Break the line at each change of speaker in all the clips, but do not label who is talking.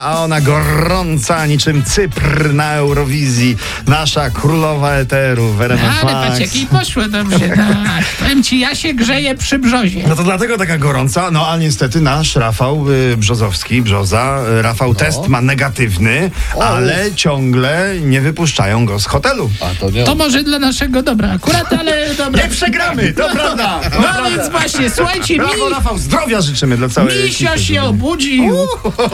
A ona gorąca niczym Cypr na Eurowizji. Nasza królowa eteru, Verena
No, Ale
Fox.
pacieki poszły dobrze, tak. Powiem ci, ja się grzeję przy brzozie.
No to dlatego taka gorąca, no a niestety nasz Rafał y, Brzozowski, Brzoza, y, Rafał
No.
test ma negatywny, ale ciągle nie wypuszczają go z hotelu.
A to nie.
To może dla naszego dobra akurat, ale dobra.
Nie przegramy, to prawda. to
No
prawda.
więc właśnie, słuchajcie,
Brawo
mi,
Rafał, zdrowia życzymy dla całej
misio
ekipy.
się obudził.
Uuu,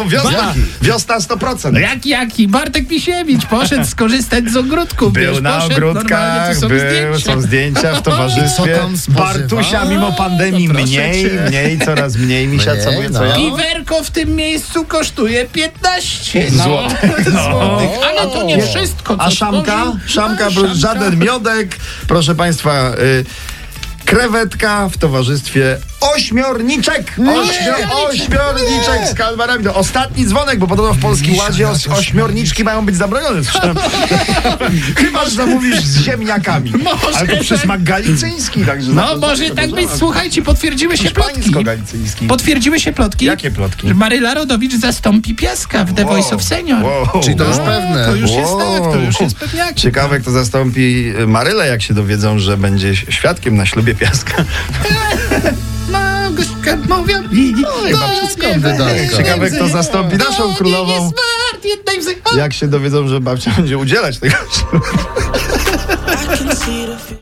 Wiosna, wiosna 100%.
Jak jaki? Bartek Misiewicz poszedł skorzystać z ogródku.
Był
wiesz,
na
poszedł, normalnie
ogródkach,
tu są
był,
zdjęcia.
są zdjęcia w towarzystwie.
Co tam spożywa?
Bartusia mimo pandemii
No proszę
mniej,
cię.
mniej, coraz mniej mi się
Mniej,
co,
no.
co ja.
Piwerko w tym miejscu kosztuje 15 no.
Złotych. No.
złotych. Ale to nie wszystko. co No,
A szamka?
tworzył.
Szamka,
A,
był żaden miodek. Proszę Państwa, y, krewetka w towarzystwie ośmiorniczek. Ośmior, ośmiorniczek z kalmarami. No, Ostatni dzwonek, bo podobno w Polskim Ładzie os, ośmiorniczki mają być zabronione. Słyszałem. Chyba, że zamówisz z ziemniakami.
Może
Ale to przez
tak.
Galicyński. Także
No może tak być. Słuchajcie, potwierdziły się plotki.
Hiszpańsko-galicyjski.
Potwierdziły się plotki.
Jakie plotki?
Że Maryla Rodowicz zastąpi Piaska w The
Wow.
Voice of Senior.
Wow.
Czyli to już
Wow.
pewne.
To już jest
Wow.
tak, to już jest tak. pewniak.
Ciekawe, kto zastąpi y, Marylę, jak się dowiedzą, że będzie ś- świadkiem na ślubie Piaska.
Magośka mówią mi.
babcia, skąd wydarka?
Ciekawe, kto zastąpi naszą królową.
Jest wart jednej wzy- O,
Jak się dowiedzą, że babcia będzie udzielać tego ślubu.
I can see the